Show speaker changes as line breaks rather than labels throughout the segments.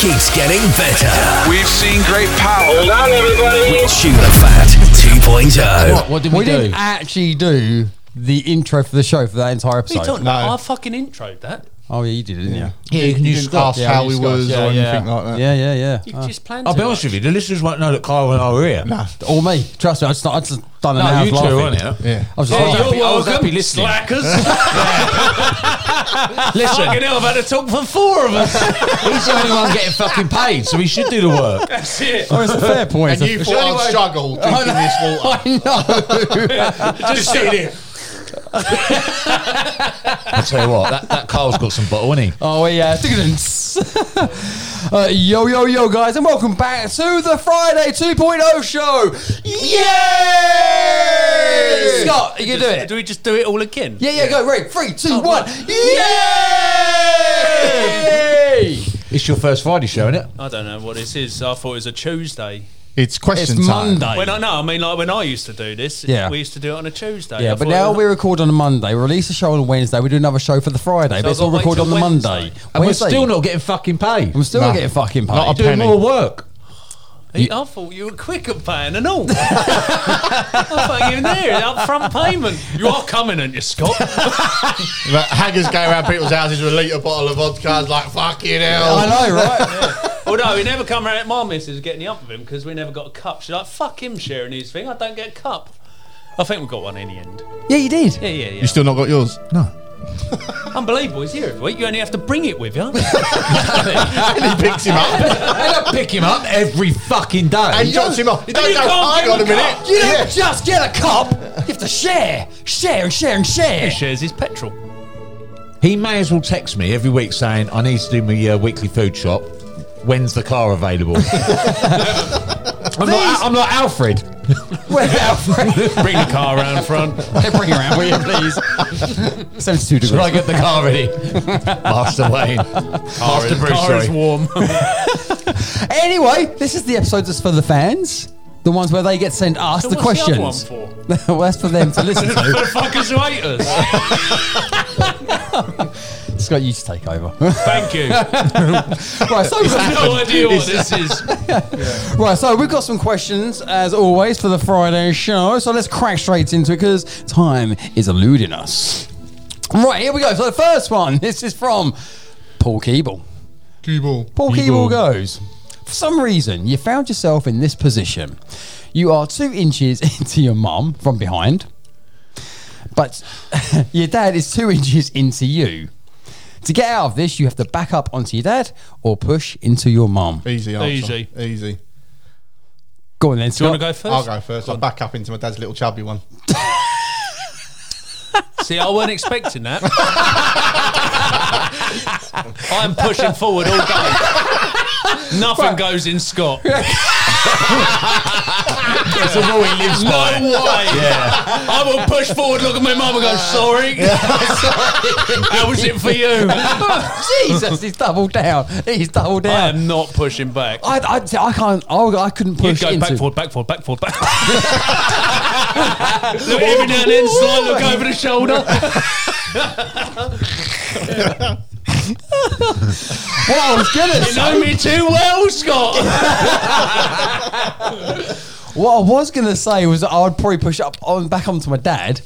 keeps getting better
We've seen great power.
Hold on, everybody.
with Tuna Fat oh. 2.0.
What, what did we, do?
didn't actually do the intro for the show for that entire
What are you
episode.
talking
No.
about? I fucking introed that.
Oh yeah, you did, didn't you?
Yeah, you can
You
just
didn't
ask
ask-
how
yeah,
we
you just
was
asked-
or
yeah,
anything
yeah.
like that.
Yeah, yeah, Uh,
You
yeah.
just planned.
I'll
too
be honest
much.
with you, the listeners won't know that Kyle and I were here. No,
All me. Trust me. I just, I just done an
no
hour's
you two,
laughing.
weren't it?
Yeah.
I was
Yeah,
just like,
you're
happy- I was
welcome,
happy listening.
slackers.
Listen, fucking hell, I've had to talk for four of us. He's the only one getting fucking paid, so he should do the work.
That's it.
oh, it's a fair point.
And you
It's
thought
a-
I'd struggle drinking this water.
Just sit here.
I tell you what, that, that Kyle's got some bottle, hasn't he?
Oh yeah. uh, yo yo yo guys, and welcome back to the Friday 2.0 show. Yay! Scott, you can do it.
Do we just do it all again?
Yeah, yeah, go. Ready? Three, two, one. Yay!
It's your first Friday show, isn't it?
I don't know what this is. I thought it was a Tuesday.
It's
It's
question time.
Monday.
When I no, I mean like when I used to do this,
Yeah.
we used to do it on a Tuesday. I
Yeah, but
thought
now
it
we record on a Monday. We release a show on a Wednesday. We do another show for the Friday, but
I've
it's all
gotta wait
recorded on
till
the
Wednesday.
Monday.
And we're
Wednesday.
still not getting fucking paid.
I'm still
No.
not getting fucking paid.
Not a
Doing
penny.
more work.
I thought you were quick at paying and all. I thought you were there, upfront payment. You are coming, aren't you, Scott?
Like, haggers go around people's houses with a litre bottle of vodka. I was like, fucking hell.
I know, right?
Although he never come around, my missus was getting the up with him because we never got a cup. She's like, fuck him sharing his thing. I don't get a cup. I think we got one in the end.
yeah, you did.
Yeah, yeah, yeah.
You still not got yours? No.
Unbelievable. He's here every week. You only have to bring it with you.
And he picks him up
I don't pick him up every fucking day.
and drops him off. You don't
you
go,
can't
hang
give
on a
him a
minute.
cup.
You don't just get a cup. You have to share, share, and share, and share.
he shares his petrol.
He may as well text me every week saying, I need to do my uh, weekly food shop. When's the car available? I'm, not, I'm not Alfred.
Where's Alfred?
Bring the car around front.
Bring her around, will you, please? 72 degrees.
Should I get the car ready? Master Wayne. Master Bruce,
car is
sorry.
warm.
Anyway, this is the episode that's for the fans. The ones where they get sent us
So
the
what's the other
questions.
one for?
well, that's for them to listen to.
the fuckers who hate us.
Scott, you to take over.
Thank you.
right, so
No idea what this is.
Right, so we've got some questions as always for the Friday show. So let's crack straight into it because time is eluding us. Right, here we go. So the first one, this is from Paul Keeble.
Cue ball.
Paul Keeble goes, For some reason, you found yourself in this position. You are two inches into your mum from behind, but your dad is two inches into you. To get out of this, you have to back up onto your dad or push into your mum.
Easy answer.
Easy.
Easy.
Go on then,
Do you want
Scott.
to go 1st
I'll go first. I'll back up into my dad's little chubby one.
See, I weren't expecting that. I'm pushing forward all day. Nothing goes in Scott.
It's a rule he lives
No
by.
way. I will push forward, look at my mum and go, sorry. How was it for you?
Jesus, he's double down. He's double
I
down.
am not pushing back.
I, I, I can't. I, I couldn't
You
push
go
into.
back forward, back forward, back forward, back forward. look every now and then, slight look over the shoulder.
Well, I was gonna
You
say,
know me too well, Scott.
what I was gonna say was that I would probably push up on back onto my dad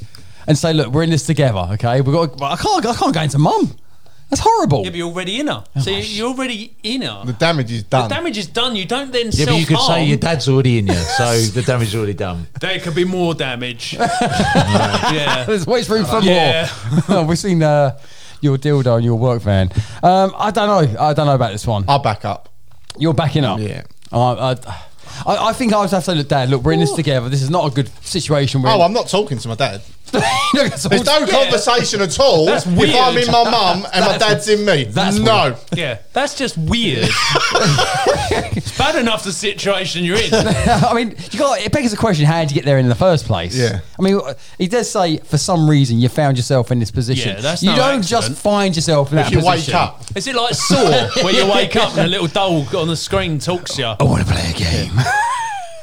and say, "Look, we're in this together, okay? We got. I can't. I can't go into mum. That's horrible.
Yeah, but you're already in her. so you're already in her.
The damage is done.
The damage is done. You don't then
Yeah,
self
but
harm.
you could say your dad's already in you, so the damage is already done.
There could be more damage. yeah.
There's always room for
Yeah.
more. We've seen uh, your dildo and your work van. Um, I don't know. I don't know about this one.
I'll back up.
You're backing up.
Uh, Yeah.
Uh, I, I, I think I would have to say, look, Dad, look, we're in this together. This is not a good situation. We're
Oh,
in.
I'm not talking to my dad.
You're gonna talk-
There's no conversation at all.
That's
if
weird.
I'm in my mum and my dad's in me.
that's
no.
Yeah. That's just weird. it's bad enough the situation you're in.
I mean, you got it begs the question: How did you get there in the first place?
Yeah.
I mean, he does say for some reason you found yourself in this position.
Yeah, that's
you
no
don't
accident.
just find yourself in that
If you
position.
wake up.
Is it like Saw, where you wake up and a little dog on the screen talks to you?
I want to play a game.
Oh,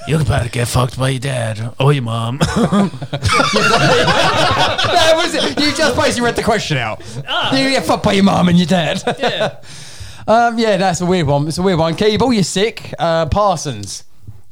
You're about to get fucked by your dad or your mum.
that
Ah.
was it. You just basically read the question out. You get fucked by your mum and your dad.
yeah.
Um, yeah, that's a weird one. It's a weird one. Keeble, you're sick. Uh, Parsons,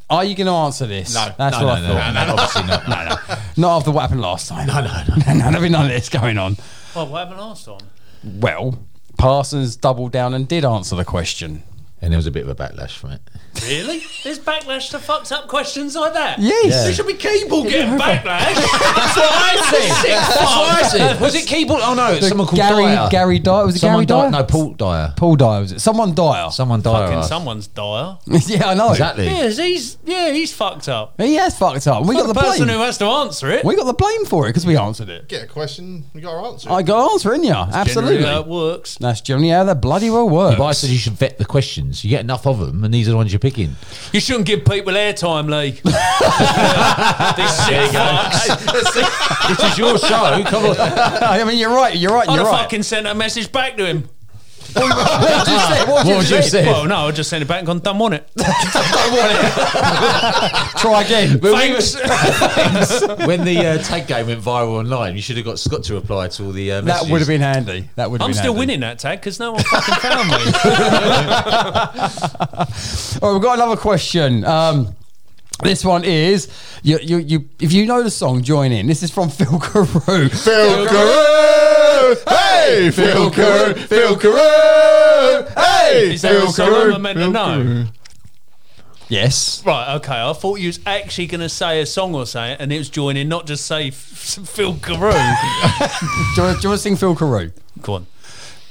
are you going to answer this?
No.
that's
no,
what
no,
I thought.
no, no, obviously not. No, no.
Not after what happened last time. No, no, no. There'll be none of this going on.
Well, what happened last time?
Well, Parsons doubled down and did answer the question.
And there was a bit of a backlash from it.
Really? There's backlash to fucked up questions like that.
Yes.
Yeah.
There should be Keeble getting backlash. That's what I said. That's
I said, was it Keeble? Oh no, it's someone called
Gary-
Dyer.
Gary Dyer- was it
someone Di-
Gary Dyer?
No, Paul Dyer.
Paul Dyer was it? Someone Dyer.
Someone Dyer.
Fucking
asked.
someone's dire.
yeah, I know.
Exactly.
Yes, he's yeah, he's fucked up.
He has fucked up. We got the
the person
blame.
who has to answer it.
we got the blame for it because we answered it.
Get a question, we got our answer.
I got an answer in you. Absolutely.
Uh, it works.
That's generally how that bloody well works.
But I said you should vet the questions. You get enough of them, and these are the ones you're picking.
You shouldn't give people airtime, Lee. this shit fucks.
this is your show. Come on.
I mean, you're right. You're right.
I'd
You're
have
right.
fucking sent a message back to him.
What did you say? What
What would you say?
Well, no, I just sent it back and gone, don't want it.
Try again.
Thanks.
when the uh, tag game went viral online, you should have got Scott to reply to all the uh, messages.
That would have been handy. That would. have
I'm
been
still
handy.
winning that tag because no one fucking found me.
All right, we've got another question. Um, this one is you, you, you. If you know the song, join in. This is from Phil Carew.
Phil Carew! Hey, Phil Carew! Phil Carew! Hey,
Is there a
Phil
song I'm
Carew!
meant to know?
Yes.
Right, okay. I thought you was actually going to say a song or say it, and it was joining, not just say f- f- Phil Carew.
Do you, want, do you want to sing Phil Carew?
Go on.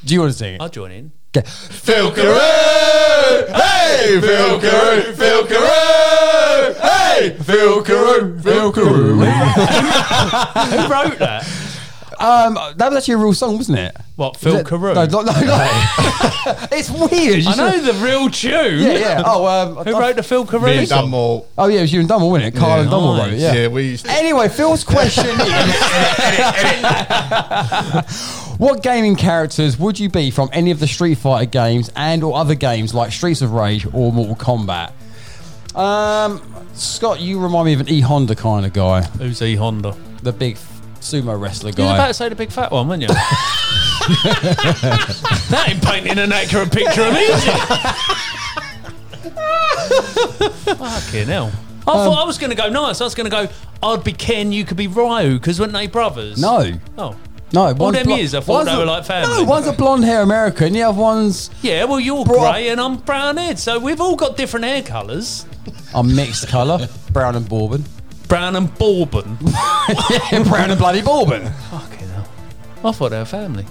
Do you want to sing it?
I'll join in.
Okay.
Phil Carew! Hey, Phil Carew! Phil Carew! Hey, Phil Carew! Phil Carew!
Who wrote that?
Um, that was actually a real song, wasn't it?
What, Phil
Is it-
Carew?
No, no, no. no. it's weird. You
I know
should-
the real tune.
Yeah, yeah. Oh, um, I-
Who wrote the Phil Carew?
Me and
song?
Dunmore.
Oh, yeah. It was you and Dummel, wasn't it? Carl and Dummel wrote it. Yeah.
Yeah, we used to.
Anyway, Phil's question is What gaming characters would you be from any of the Street Fighter games and or other games like Streets of Rage or Mortal Kombat? Um, Scott, you remind me of an E Honda kind of guy,
Who's E Honda?
the big sumo wrestler
You was about
guy.
to say the big fat one, weren't you? that ain't painting an accurate picture of me, is it? Fucking hell. I
Um,
thought I was going to go nice. I was going to go, I'd be Ken, you could be Ryu, because weren't they brothers?
No,
Oh.
no. All
them years, I thought they were like family.
No, one's a blonde hair American, the other one's
Yeah, well, you're
Bro-
grey and I'm brown haired, so we've all got different hair colours.
a mixed colour, brown and bourbon.
Brown and Bourbon.
Yeah, brown and bloody bourbon.
Fucking hell. I thought they were family.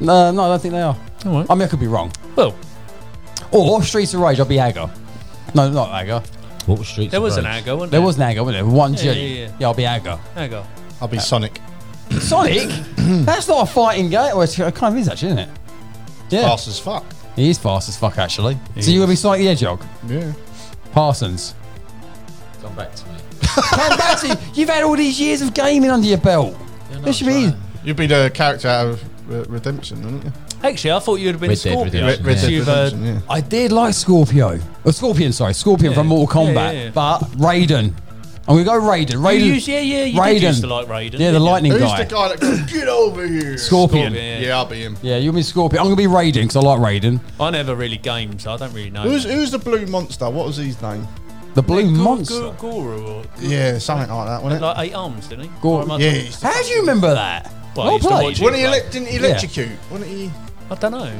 No, no, I don't think they are.
All right.
I mean, I could be wrong.
Well,
Or Oh, Streets of Rage, I'll be Hagar. No, not Hagar.
What was Streets
there
of
was an
Rage?
Agar, wasn't
There
there?
was an Hagar, wasn't there? One G.
Yeah, yeah, yeah.
I'll be Hagar.
Agar.
I'll be Sonic.
Sonic? That's not a fighting game. Well, it's- it kind of is, actually, isn't it? Yeah.
Fast as fuck.
He is fast as fuck, actually. so you're going to be Sonic the Hedgehog?
Yeah.
Parsons.
Come back to me.
Come back to you. You've had all these years of gaming under your belt. this should be.
You'd be the character out of uh, Redemption, wouldn't you?
Actually, I thought you'd have been uh,
Red Dead
Scorpion.
Redemption,
Red,
yeah.
Dead
You've,
Redemption,
yeah.
I did like Scorpio. Oh, Scorpion, sorry. Scorpion from Mortal
Yeah,
Kombat.
yeah, yeah.
But Raiden. I'm going to go Raiden. Raiden.
You used, yeah, yeah, you
Raiden.
did used to like Raiden.
yeah, the
didn't you?
lightning
Who's
guy.
the guy that goes, get over here?
Scorpion.
Scorpion.
Yeah, I'll be him.
Yeah, you'll be Scorpion. I'm going to be Raiden because I like Raiden.
I never really gamed, so I don't really know.
Who's, who's the blue monster? What was his name?
The Blue
Gu-
Monster.
Gu- Guru or
Yeah, something like that, wasn't it?
like eight arms, didn't he?
Guru.
Or am I
yeah,
talking-
he used to-
How do you remember that?
Well,
well
I used to
played.
watch
Wasn't he
Like-
elec- didn't he electrocute? Wasn't he?
I don't know.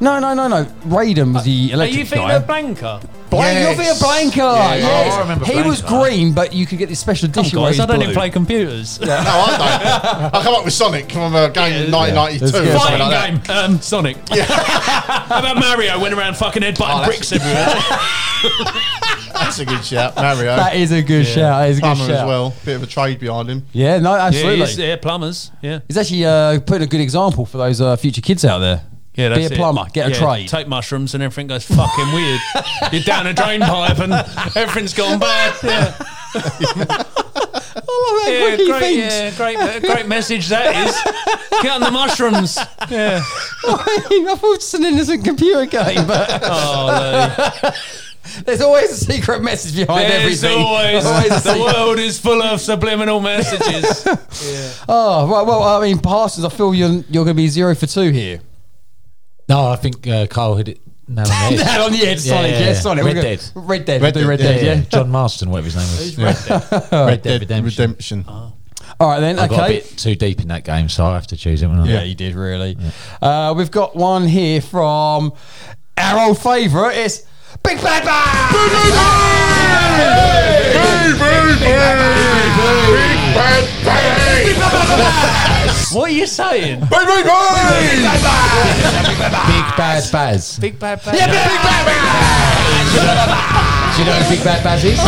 No, no, no, no. Raiden was the
Are
electric
you thinking
guy.
of Blanca?
Blank,
Yes.
you're being Blanca.
Yeah.
Yes.
Oh, I remember
he was
Blanca.
green, but you could get this special
Come on,
dish. where
guys,
he's
I don't even
blue.
play computers.
No, I don't. I come up with Sonic from a game in 1992 or
That's good.
something
Fighting
like that.
game, um, Sonic. How about Mario? Went around fucking headbutting
Oh,
bricks everywhere.
That's a good shout, Mario.
That is a good shout. That is a good
Plumber
shout.
as well. Bit of a trade behind him.
Yeah, no,
yeah,
absolutely.
he's- yeah, plumbers. Yeah,
He's actually uh, putting a good example for those uh, future kids out there.
yeah. That's
Be a plumber.
It.
Get a
Yeah,
trade.
Take mushrooms and everything goes fucking weird. You're down a drain pipe and everything's gone bad. Yeah.
I love how
Yeah,
quick he
great,
thinks.
yeah, great, great message that is. Get on the mushrooms. Yeah.
I thought it's an innocent computer game, but
Oh, Lee.
there's always a secret message behind
There's
everything.
always,
Always a
the
secret-
world is full of subliminal messages.
Oh, right, well, I mean, Parsons, I feel you're, you're going to be zero for two here.
No, I think uh, Kyle hit it. No,
That on the edge,
Yeah,
Sonic.
yeah,
Yeah,
yeah.
Sonic.
Red
We're gonna-
Dead.
Red
Red
Dead. Red Dead. Red
Dead,
Dead. Yeah.
John Marston, whatever his name was.
Red Dead
Redemption.
Redemption.
All right then.
I got a
okay.
bit too deep in that game, so I have to choose him.
Yeah, you did really. Uh, we've got one here from our old favourite. It's Big Bad Bang.
What are you saying?
Big Bad Baz.
Big bad bad.
Do you know who Big Bad Baz is?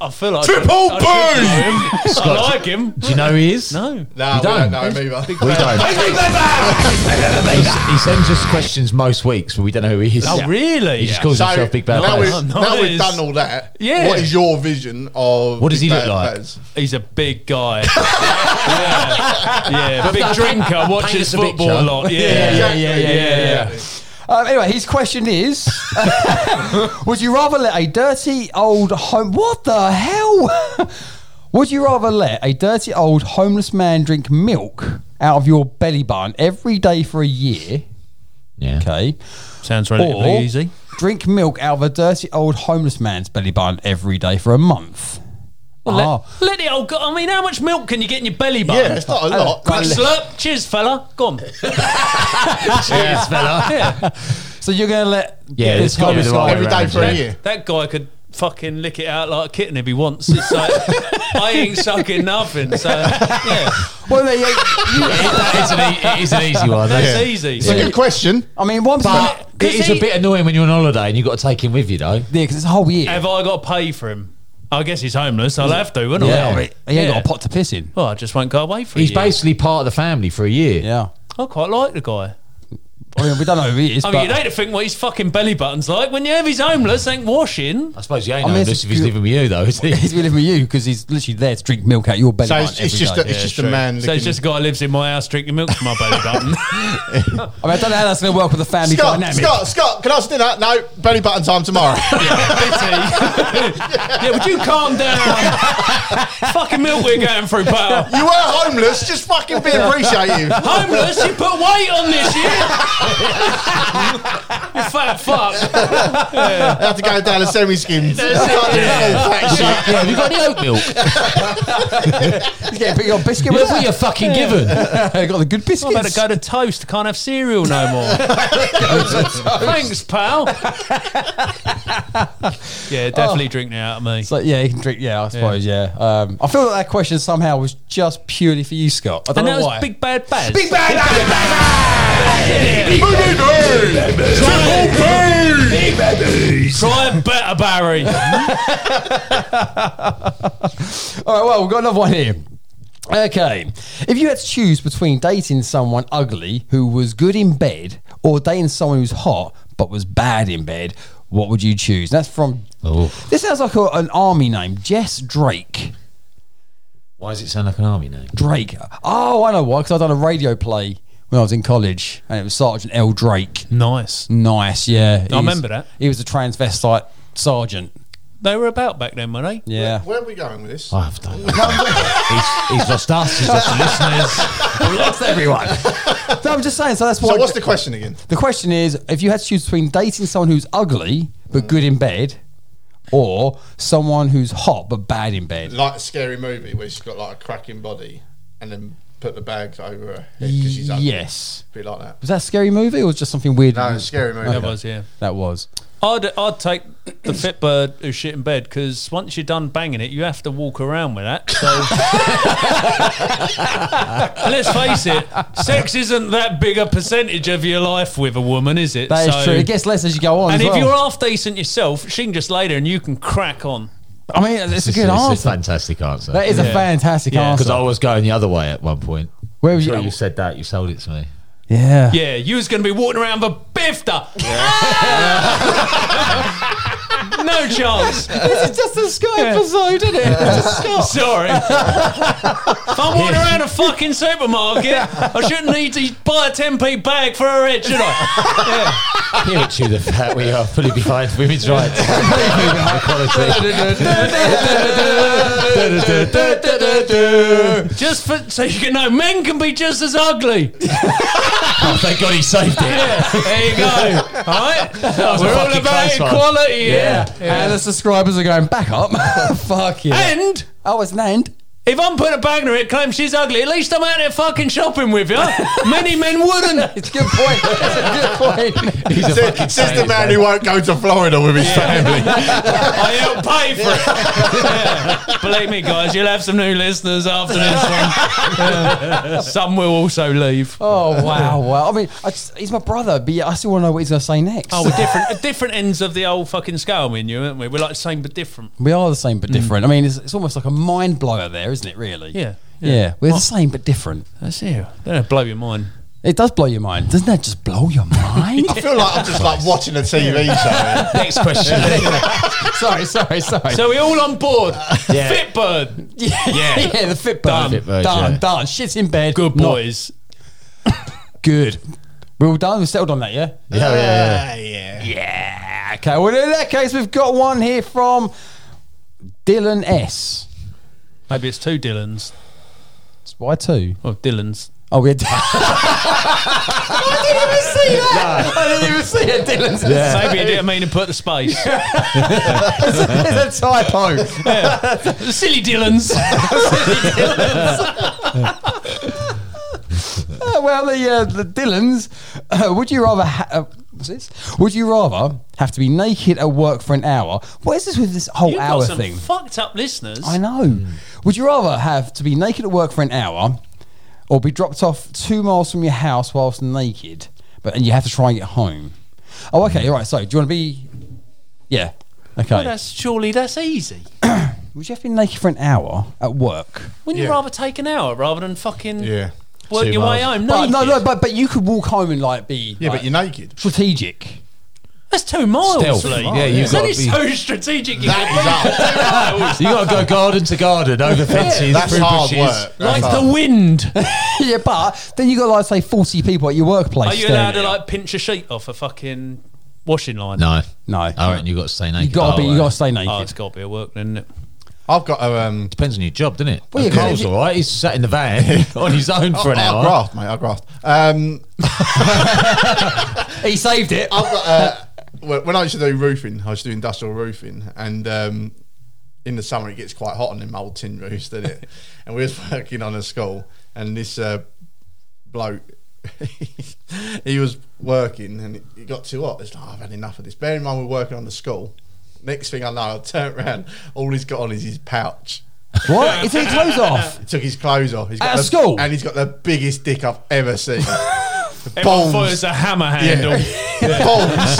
I feel like triple boom. I like him.
Do you know who he is?
No.
Nah, we
don't.
don't know him either.
We don't. he, s- he sends us questions most weeks, but we don't know who he is.
Oh really?
He just calls
So
himself Big Bad
now,
Baz.
we've,
Oh,
now we've
nice.
done all that.
Yeah.
What is your vision of?
What does
Big
he look
Bad
like?
Baz?
He's a big guy. yeah. yeah, big drinker. Watches
us a
football a
picture.
lot. Yeah,
yeah, yeah, yeah, yeah, Um, anyway, his question is: Would you rather let a dirty old home? What the hell? Would you rather let a dirty old homeless man drink milk out of your belly button every day for a year?
Yeah.
Okay,
Sounds relatively
Or-
easy.
drink milk out of a dirty old homeless man's belly button every day for a month.
Well,
Ah.
let, let the old. Go- I mean, how much milk can you get in your belly button?
Yeah, it's not a lot.
Quick slurp. Cheers, fella. Go on.
Cheers, fella.
Ah. So you're gonna let
Yeah, it's gotta be the right
Every
way
day
round,
for
yeah.
a year.
That guy could fucking lick it out like a kitten if he wants. It's like I ain't sucking nothing. So yeah,
Well, they, you,
It's an, e- it is an easy one.
that's
That's
easy.
It's a good question.
I mean, one
But
part
it is
he-
a bit annoying when you're on holiday and you've got to take him with you, though.
yeah, because it's a whole year.
Have I got to pay for him? I guess he's homeless. I'll have to, wouldn't
Yeah,
I?
he ain't got a pot to piss in.
Well, I just won't go away for
He's
a year.
basically part of the family for a year.
Yeah.
I quite like the guy.
I mean, we don't know who he is.
I
but
mean, you'd hate to think what his fucking belly button's like when you have his homeless, ain't washing.
I suppose you ain't
I mean,
know
it's
this
a
if he's
good-
living with you, though, is he?
he's been living with you because he's literally there to drink milk out your belly
So
button
it's, it's
every
just
day.
a, it's just a man.
So it's
looking-
just a guy lives in my house drinking milk from my belly button.
I mean, I don't know how that's going to work with the family
Scott,
dynamic.
Scott, Scott, can I ask dinner? No, belly button time tomorrow.
yeah, would you calm down? fucking milk we're going through, pal.
you were homeless, just fucking be appreciative.
Homeless, you put weight on this year. you fat fuck.
I have to go down a semi skim.
yeah, have you got any oat milk?
He's getting big old biscuit with
Look what you're fucking given.
that. got the good
I better
biscuits.
go to toast. Can't have cereal no more. Thanks, pal. yeah, definitely drink now out of me.
So, yeah, he can drink. Yeah, I suppose. Yeah. Um, I feel that that question somehow was just purely for you, Scott. I don't
And
know
that was
why.
Big Bad Baz.
Big bad.
Try better, Barry.
All right. Well, we've got another one here. Okay, if you had to choose between dating someone ugly who was good in bed or dating someone who's hot but was bad in bed, what would you choose? That's from.
Oh.
This sounds like a, an army name, Jess Drake.
Why does it sound like an army name?
Drake. Oh, I know why. Because I done a radio play when I was in college, and it was Sergeant L. Drake.
nice.
Nice, yeah. He was-
remember that.
He was a transvestite sergeant.
They were about back then, were they?
Yeah.
Where are we going with this?
I have done. he's, he's lost us. He's lost the listeners.
Lost everyone. no, I'm just saying. So that's why.
So what's the question again?
The question is, if you had to choose between dating someone who's ugly but good in bed, or someone who's hot but bad in bed.
Like a scary movie where she's got like a cracking body and then put the bags over her head because she's ugly.
Yes.
Be like that.
Was that a scary movie or was it just something weird?
No, it's a scary movie.
That was, yeah.
That was.
I'd, I'd take the fit bird who shit in bed because once you're done banging it, you have to walk around with that. So And let's face it, sex isn't that big a percentage of your life with a woman, is it?
That is
So-
true. It gets less as you go on.
And
as
if
well.
you're half decent yourself, she can just lay there and you can crack on.
I mean, it's a good
It's a
answer.
fantastic answer.
That is a
Yeah.
fantastic
Yeah.
answer.
Because I was going the other way at one point.
Where was
Sure
you?
you said that. You sold it to me.
Yeah.
Yeah, you was going to be walking around with a bifter. No chance.
This is just a Sky episode, isn't it?
Sorry. if I'm walking around a fucking supermarket, I shouldn't need to buy a 10p bag for a head, should I?
Here at you, the fact we are fully behind women's rights. Equality.
Just for so you can know, men can be just as ugly.
oh, thank God he saved it.
Yeah, there you go. All right,
was a
we're all
fucking
about
close one.
equality. Yeah.
And the subscribers are going back up. Fuck you.
And
Oh, it's named.
if I'm putting a bag in her, it claims she's ugly. At least I'm out there fucking shopping with you. Many men wouldn't.
It's a good point. It's a good point.
He's a fucking
Says the
savage,
man who won't go to Florida with his family.
I help pay for it. Yeah. Believe me, guys, you'll have some new listeners after this one. Yeah. Some will also leave.
Oh wow, wow! I mean, I just, he's my brother, but yeah, I still want to know what he's going to say next.
Oh, we're different, different ends of the old fucking scale, me and you, aren't we? We're like the same but different.
we are the same but different. I mean, it's, it's almost like a mind blower, there, isn't it? Really?
Yeah.
yeah. we're the same but different.
That's you. That'll blow your mind.
It does blow your mind, doesn't that? Just blow your mind.
I feel like I'm just like watching a TV show.
Next question.
sorry, sorry, sorry.
so we all on board.
Yeah.
Fitbird.
yeah, yeah, the Fitbird,
Done.
Fitbird,
done,
yeah.
done. Shit's in bed.
Good
Not
boys.
good. We're all done. We're settled on that, yeah.
Yeah, yeah, yeah.
Yeah. Okay. Well, in that case, we've got one here from Dylan S.
Maybe it's two Dylans.
It's Y two.
Well, Dylans.
Oh, we had. I didn't even see that. I didn't even see it, Dylan's.
Maybe I didn't mean to put the space.
It's a typo.
Silly Dylans.
Uh, well, the uh, the Dylans. Uh, would you rather? Ha- uh, what's this? Would you rather have to be naked at work for an hour? What is this with this whole
You've
hour
got some Hmm.
thing?
fucked up listeners.
I know. Would you rather have to be naked at work for an hour, or be dropped off two miles from your house whilst naked, but and you have to try and get home? Oh, okay. All right. So, do you want to be? Yeah. Okay.
Hmm. That's surely that's easy.
Would you have to be naked for an hour at work?
Wouldn't you
Yeah.
rather take an hour rather than fucking
Yeah.
work
Two
your way
miles.
home?
But, no,
naked?
no, but but you could walk home and like be
Yeah,
like,
but you're naked.
strategic.
that's two miles.
Stealth.
Lee.
Yeah, you've
that
gotta
is
be-
so strategic. You could
That is up.
walk two miles.
You got to go garden to garden over fences.
That's
through
hard
bushes.
work. That's
Like
hard.
the wind.
yeah, but then you got like say forty people at your workplace.
Are you
staring
allowed to
at
like pinch a sheet off a fucking washing line?
No,
No.
I reckon Oh, you got to stay
you
naked.
gotta be.
Oh,
You
uh,
gotta stay naked.
Oh, it's got to be a work then. isn't it?
I've got a um.
Depends on your job, doesn't it?
Well,
Well,
yeah,
Carl's
if you-
all right. He's sat in the van on his own for an
I- I
hour.
graft, mate. I graft. Um,
Oh.
he saved it.
I've got uh, when when I used to do roofing, I used to do industrial roofing, and um, in the summer it gets quite hot on them old tin roofs, doesn't it? and we was working on a school, and this uh, bloke. he was working and it- it got too hot. It's like, "Oh, I've had enough of this. Bear in mind, we're working on the school. Next thing I know, I turn around. All he's got on is his pouch.
what? He took his clothes off.
He took his clothes off. He's got
At
the,
school?
and he's got the biggest dick I've ever seen.
Everyone thought it was a hammer handle.
balls.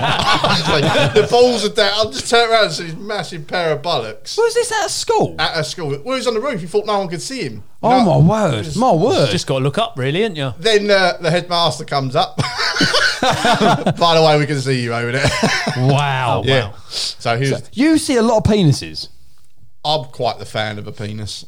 Honestly, the balls are down. I just turned around and see this massive pair of bullocks
Was this at school?
Uh,
at a school. Well, he was on the roof. He thought no one could see him.
oh
No.
my word! my word!
Just got to look up, really, ain't you?
Then uh, the headmaster comes up. By the way, we can see you over there.
Wow.
yeah. So he was,
you see a lot of penises.
I'm quite the fan of a penis.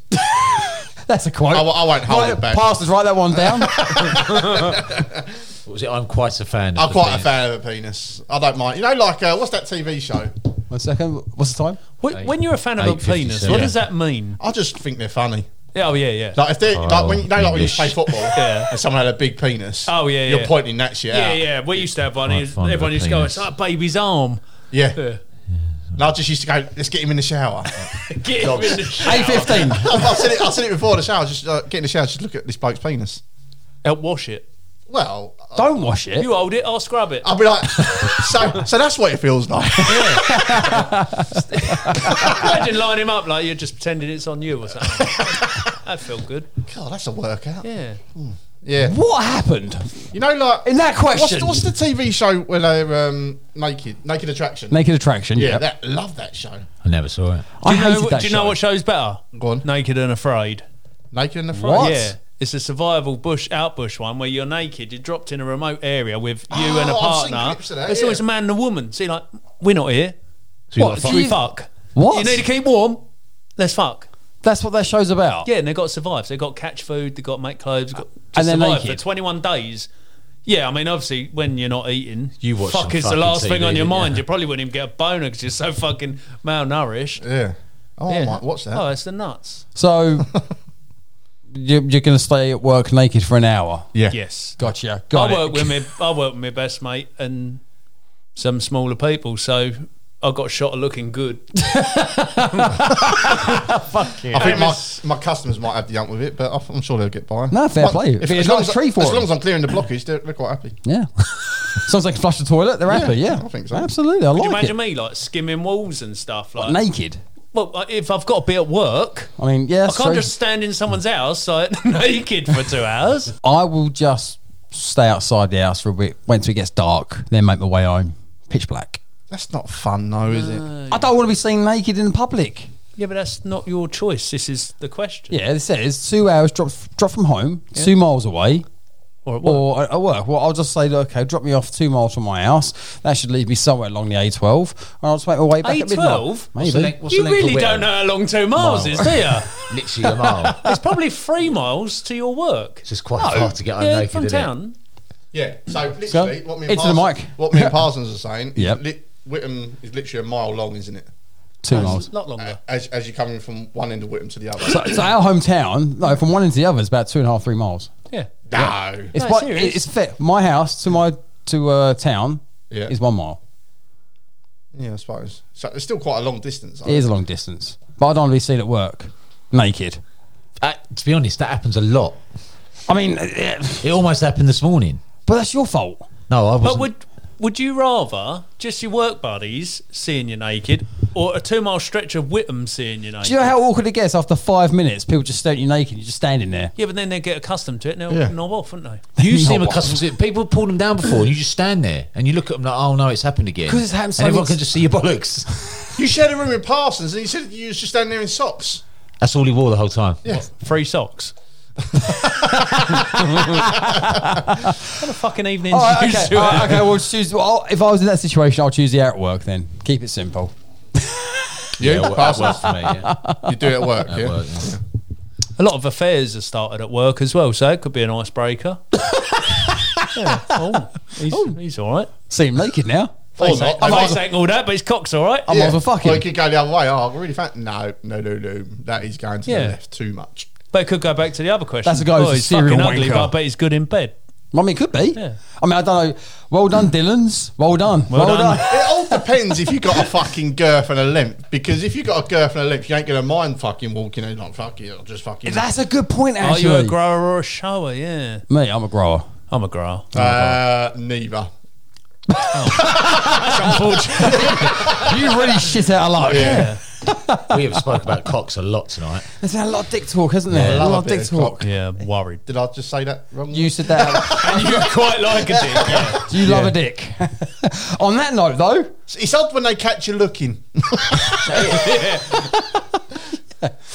That's a quote.
I, w- I won't hold
Right,
it back.
Pastors, write that one down.
What was it? I'm quite a fan. Of
I'm
the
quite
being-
a fan of a penis. I don't mind. You know, like uh, what's that TV show?
one second. What's the time?
When, when you're a fan of a
8.57.
penis, what
Yeah.
does that mean?
I just think they're funny.
Yeah, Oh, yeah, yeah.
Like if they like when you know like when you
English.
play football
Yeah.
and someone had a big penis.
Oh, yeah,
You're
yeah.
pointing that shit
yeah,
out.
yeah. We used to have one.
Quite
is-
fond of
Everyone
a
used to go,
penis.
it's like a baby's arm.
Yeah.
Yeah.
And I just used to go, let's get him in the shower.
Get him in the
Eight
shower.
fifteen.
I've, I've said it. I've said it before. The shower, just uh, get in the shower, just look at this bloke's penis.
Help wash it.
Well, I-
Don't wash it.
You hold it, I'll scrub it.
I'll be like, so, so that's what it feels like.
Imagine lining him up like you're just pretending it's on you or something. that felt good.
God, that's a workout. Yeah,
Yeah.
What happened
you know, like
in that
what's,
question?
what's the TV show where they're um, naked, naked attraction?
Naked attraction.
yeah,
Yeah,
that love that show.
I never saw it.
I
Do you,
hated
know,
that.
do you
show.
know what show's better?
Go on.
Naked and Afraid.
Naked in the front.
What?
Yeah. It's a survival bush outbush one where you're naked, you're dropped in a remote area with you
Oh,
and a
I've seen
partner.
clips of that,
It's
yeah.
always a man and a woman. See, like we're not here.
So you
What,
got fuck.
do
We
you-
fuck.
What?
You need to keep warm. Let's fuck.
That's what that show's about.
Yeah, and they got to survive. They got to catch food. They got to make clothes. Got to
And they're
survive
naked.
for 21 days. Yeah, I mean, obviously, when you're not eating,
You watch
fuck
some
is the
fucking
last thing
TV,
on your
didn't
mind.
you?
You probably wouldn't even get a boner because you're so fucking malnourished.
Yeah. Oh,
Yeah.
I might watch that.
Oh, it's the nuts.
So you- you're going to stay at work naked for an hour.
yeah.
Yes.
Gotcha. Got
I
it.
work with me. I work with my best mate and some smaller people, so I got shot at looking good.
I think my, my customers might have the hump with it, but I- I'm sure they'll get by.
No, fair play. It'd be a
as, long
nice
as,
tree for
as
them.
long as I'm clearing the blockage, they're, they're quite happy.
Yeah. Sounds like flush the toilet. They're happy. Yeah,
I think so.
Absolutely. I
Could
like
you imagine
it.
me like skimming walls and stuff like?
Naked.
well, like, if I've got to be at work,
I mean, yeah.
I
that's
can't
true.
just stand in someone's house like naked for two hours.
I will just stay outside the house for a bit. Once it gets dark, then make my way home. Pitch black.
That's not fun, though, is it?
Oh,
I don't want to be seen naked in public.
Yeah, but that's not your choice. This is the question.
Yeah, it says two hours drop drop from home, two miles away.
Or at work.
Or at- at work. Well, I'll just say, look, okay, drop me off two miles from my house. That should leave me somewhere along the A12, and I'll just make my way back at midnight.
A12?
Maybe.
What's
You
the link
really
for
don't
Wigan?
know how long two miles is, do you?
Literally a mile.
It's probably three miles to your work.
It's just quite hard to get home
yeah,
naked,
from
isn't it?
town.
Yeah. So, literally, what me and
Into the
Parsons,
mic.
What me and Parsons are saying,
Yep.
is lit, Whittam is literally a mile long, isn't it? Uh,
Two miles.
It's not
Uh,
longer.
As, as you're coming from one end of Whittam to the other.
So, so our hometown, no, from one end to the other, is about two and a half, three miles.
Yeah.
no.
It's
No,
by-
serious.
it's fit. My house to my to uh, town
Yeah.
is one mile.
Yeah, I suppose. So, it's still quite a long distance.
It is a long distance, but I don't want to be seen at work naked.
Uh, to be honest, that happens a lot.
I mean, eh,
It almost happened this morning.
but that's your fault.
No, I
But
wasn't.
would would you rather just your work buddies seeing you naked or a two mile stretch of Whittam seeing you naked?
Do you know how awkward it gets after five minutes? People just stare at you naked. You're just standing there.
yeah, but then they get accustomed to it and they'll knob off, wouldn't they?
you seem
No.
accustomed to it. People pull them down before, and you just stand there and you look at them like, "Oh no, it's happened again."
'Cause it's happened so
And everyone
many-
can just see your bollocks.
You shared a room with Parsons and he said you was just standing there in socks.
That's all he wore the whole time.
Free socks. what a fucking evening
All right,
you
okay,
two
all
have.
right, okay. Well, choose. Well, I'll- if I was in that situation, I'll choose the out at work. Then keep it simple.
You?
Yeah, well, that
Parsons?
works for me. Yeah.
you do it at work, yeah?
That works.
A lot of affairs are started at work as well, so it could be an icebreaker. yeah. Oh, he's, he's all right.
See him naked now.
Or
Face
not.
ain't- face ain't all that, but his cock's all right.
I'm
Yeah.
over fucking.
Or you could go the other way. Oh, I'm really fat. No, no, no, no. That is going to
Yeah.
the left too much.
But it could go back to the other question.
That's a guy who's
oh,
a
he's
serial
fucking ugly,
wanker.
but I bet he's good in bed.
I mean, it could be.
Yeah.
I mean, I don't know. Well done, Dylan's. Well done. Well,
done.
done.
It all depends if you got a fucking girth and a length. Because if you got a girth and a length, you ain't going to mind fucking walking in like, fuck it, I'll just fucking.
That's a good point,
Are
actually.
you a grower or a shower? Yeah.
Mate, I'm a grower.
I'm a grower.
Oh.
uh, neither.
You really shit out of luck.
Yeah.
we have spoke about cocks a lot tonight.
There's been a lot of dick talk, hasn't there?
I
a
love
lot
a
of
bit
dick
of
talk.
Yeah, I'm worried.
Did I just say that wrong?
You said that.
And you quite like a dick. Yeah.
Do you love a dick? On that note, though,
it's odd when they catch you looking.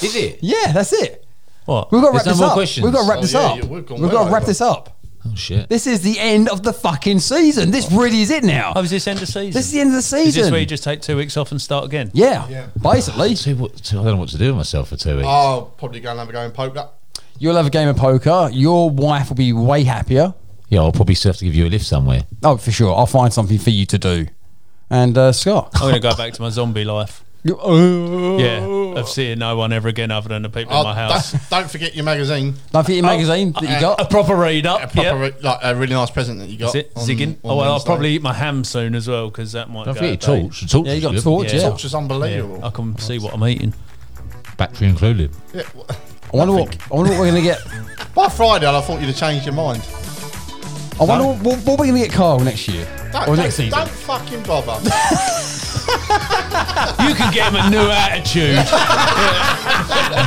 Is it?
yeah, that's it.
What?
We've got to wrap
There's no
this
more
up.
questions.
We've got to wrap
Oh,
this
yeah,
up.
yeah, we've gone
we've
well
got to wrap
over.
this up.
Oh shit!
This is the end of the fucking season. This really is it now.
Oh, is this end of season?
This is the end of the
Is this
season.
where you just take two weeks off and start again?
yeah,
Yeah.
basically.
See what, see, I don't know what to do with myself for two weeks.
I'll probably go and have a go and poke that.
You'll have a game of poker. Your wife will be way happier.
yeah, I'll probably still have to give you a lift somewhere.
Oh, for sure. I'll find something for you to do. And uh, Scott.
I'm going to go back to my zombie life. Yeah, of seeing no one ever again other than the people
Oh,
in my house.
that's- Don't forget your magazine.
Don't forget your magazine that you
A
got.
proper read up.
Proper,
yep.
like a really nice present that you got.
That's it.
on-
Zigging.
on
Oh, well, I'll
Wednesday.
probably eat my ham soon as well because that might
Don't
go.
forget your
a day.
torch. The torch
Yeah, you
is
got
good.
torch.
Yeah.
Yeah.
Which is
Yeah,
unbelievable.
I can see what I'm eating.
battery included.
Yeah.
I wonder what I wonder what we're gonna get.
By Friday, I thought you'd have changed your mind.
I wonder what, what, what we're gonna get Carl next year
Don't,
or
don't,
next season.
don't fucking bother.
You can get him a new attitude.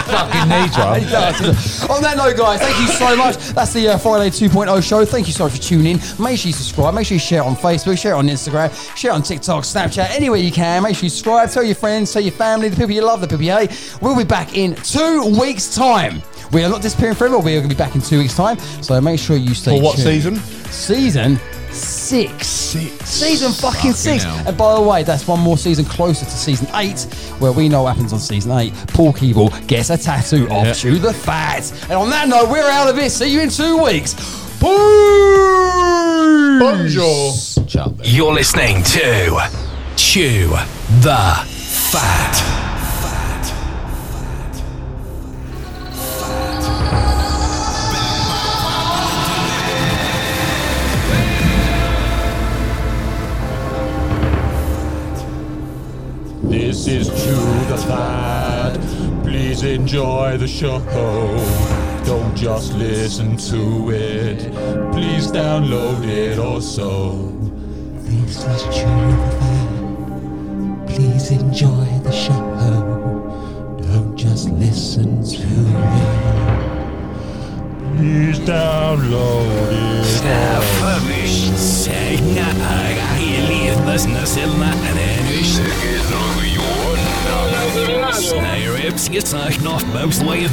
Fucking needs one.
On that note, guys, thank you so much. That's the uh, Friday 2.0 show. Thank you so much for tuning in. Make sure you subscribe. Make sure you share it on Facebook, share it on Instagram, share it on TikTok, Snapchat, anywhere you can. Make sure you subscribe. Tell your friends, tell your family, the people you love, the people you hate. We'll be back in two weeks' time. We are not disappearing forever. We are going to be back in two weeks' time. So make sure you stay
For what
tuned.
season?
Season six. Six. Season fucking, six. And by the way, that's one more season closer to season eight, where we know what happens on season eight. Paul Keeble gets a tattoo of Chew the Fat. And on that note, we're out of it. See you in two weeks. Peace.
Bonjour.
Ciao, then.
You're listening to Chew the Fat.
This is Chew the Fat. Please enjoy the show. Don't just listen to it. Please download it also.
This is Chew the Fat. Please enjoy the show. Don't just listen to it.
Please download it.
Vermischt Sänger, hier lief das Nassilma Ich sage noch Johann. Snare Rips, jetzt sag ich noch Bob's Wave.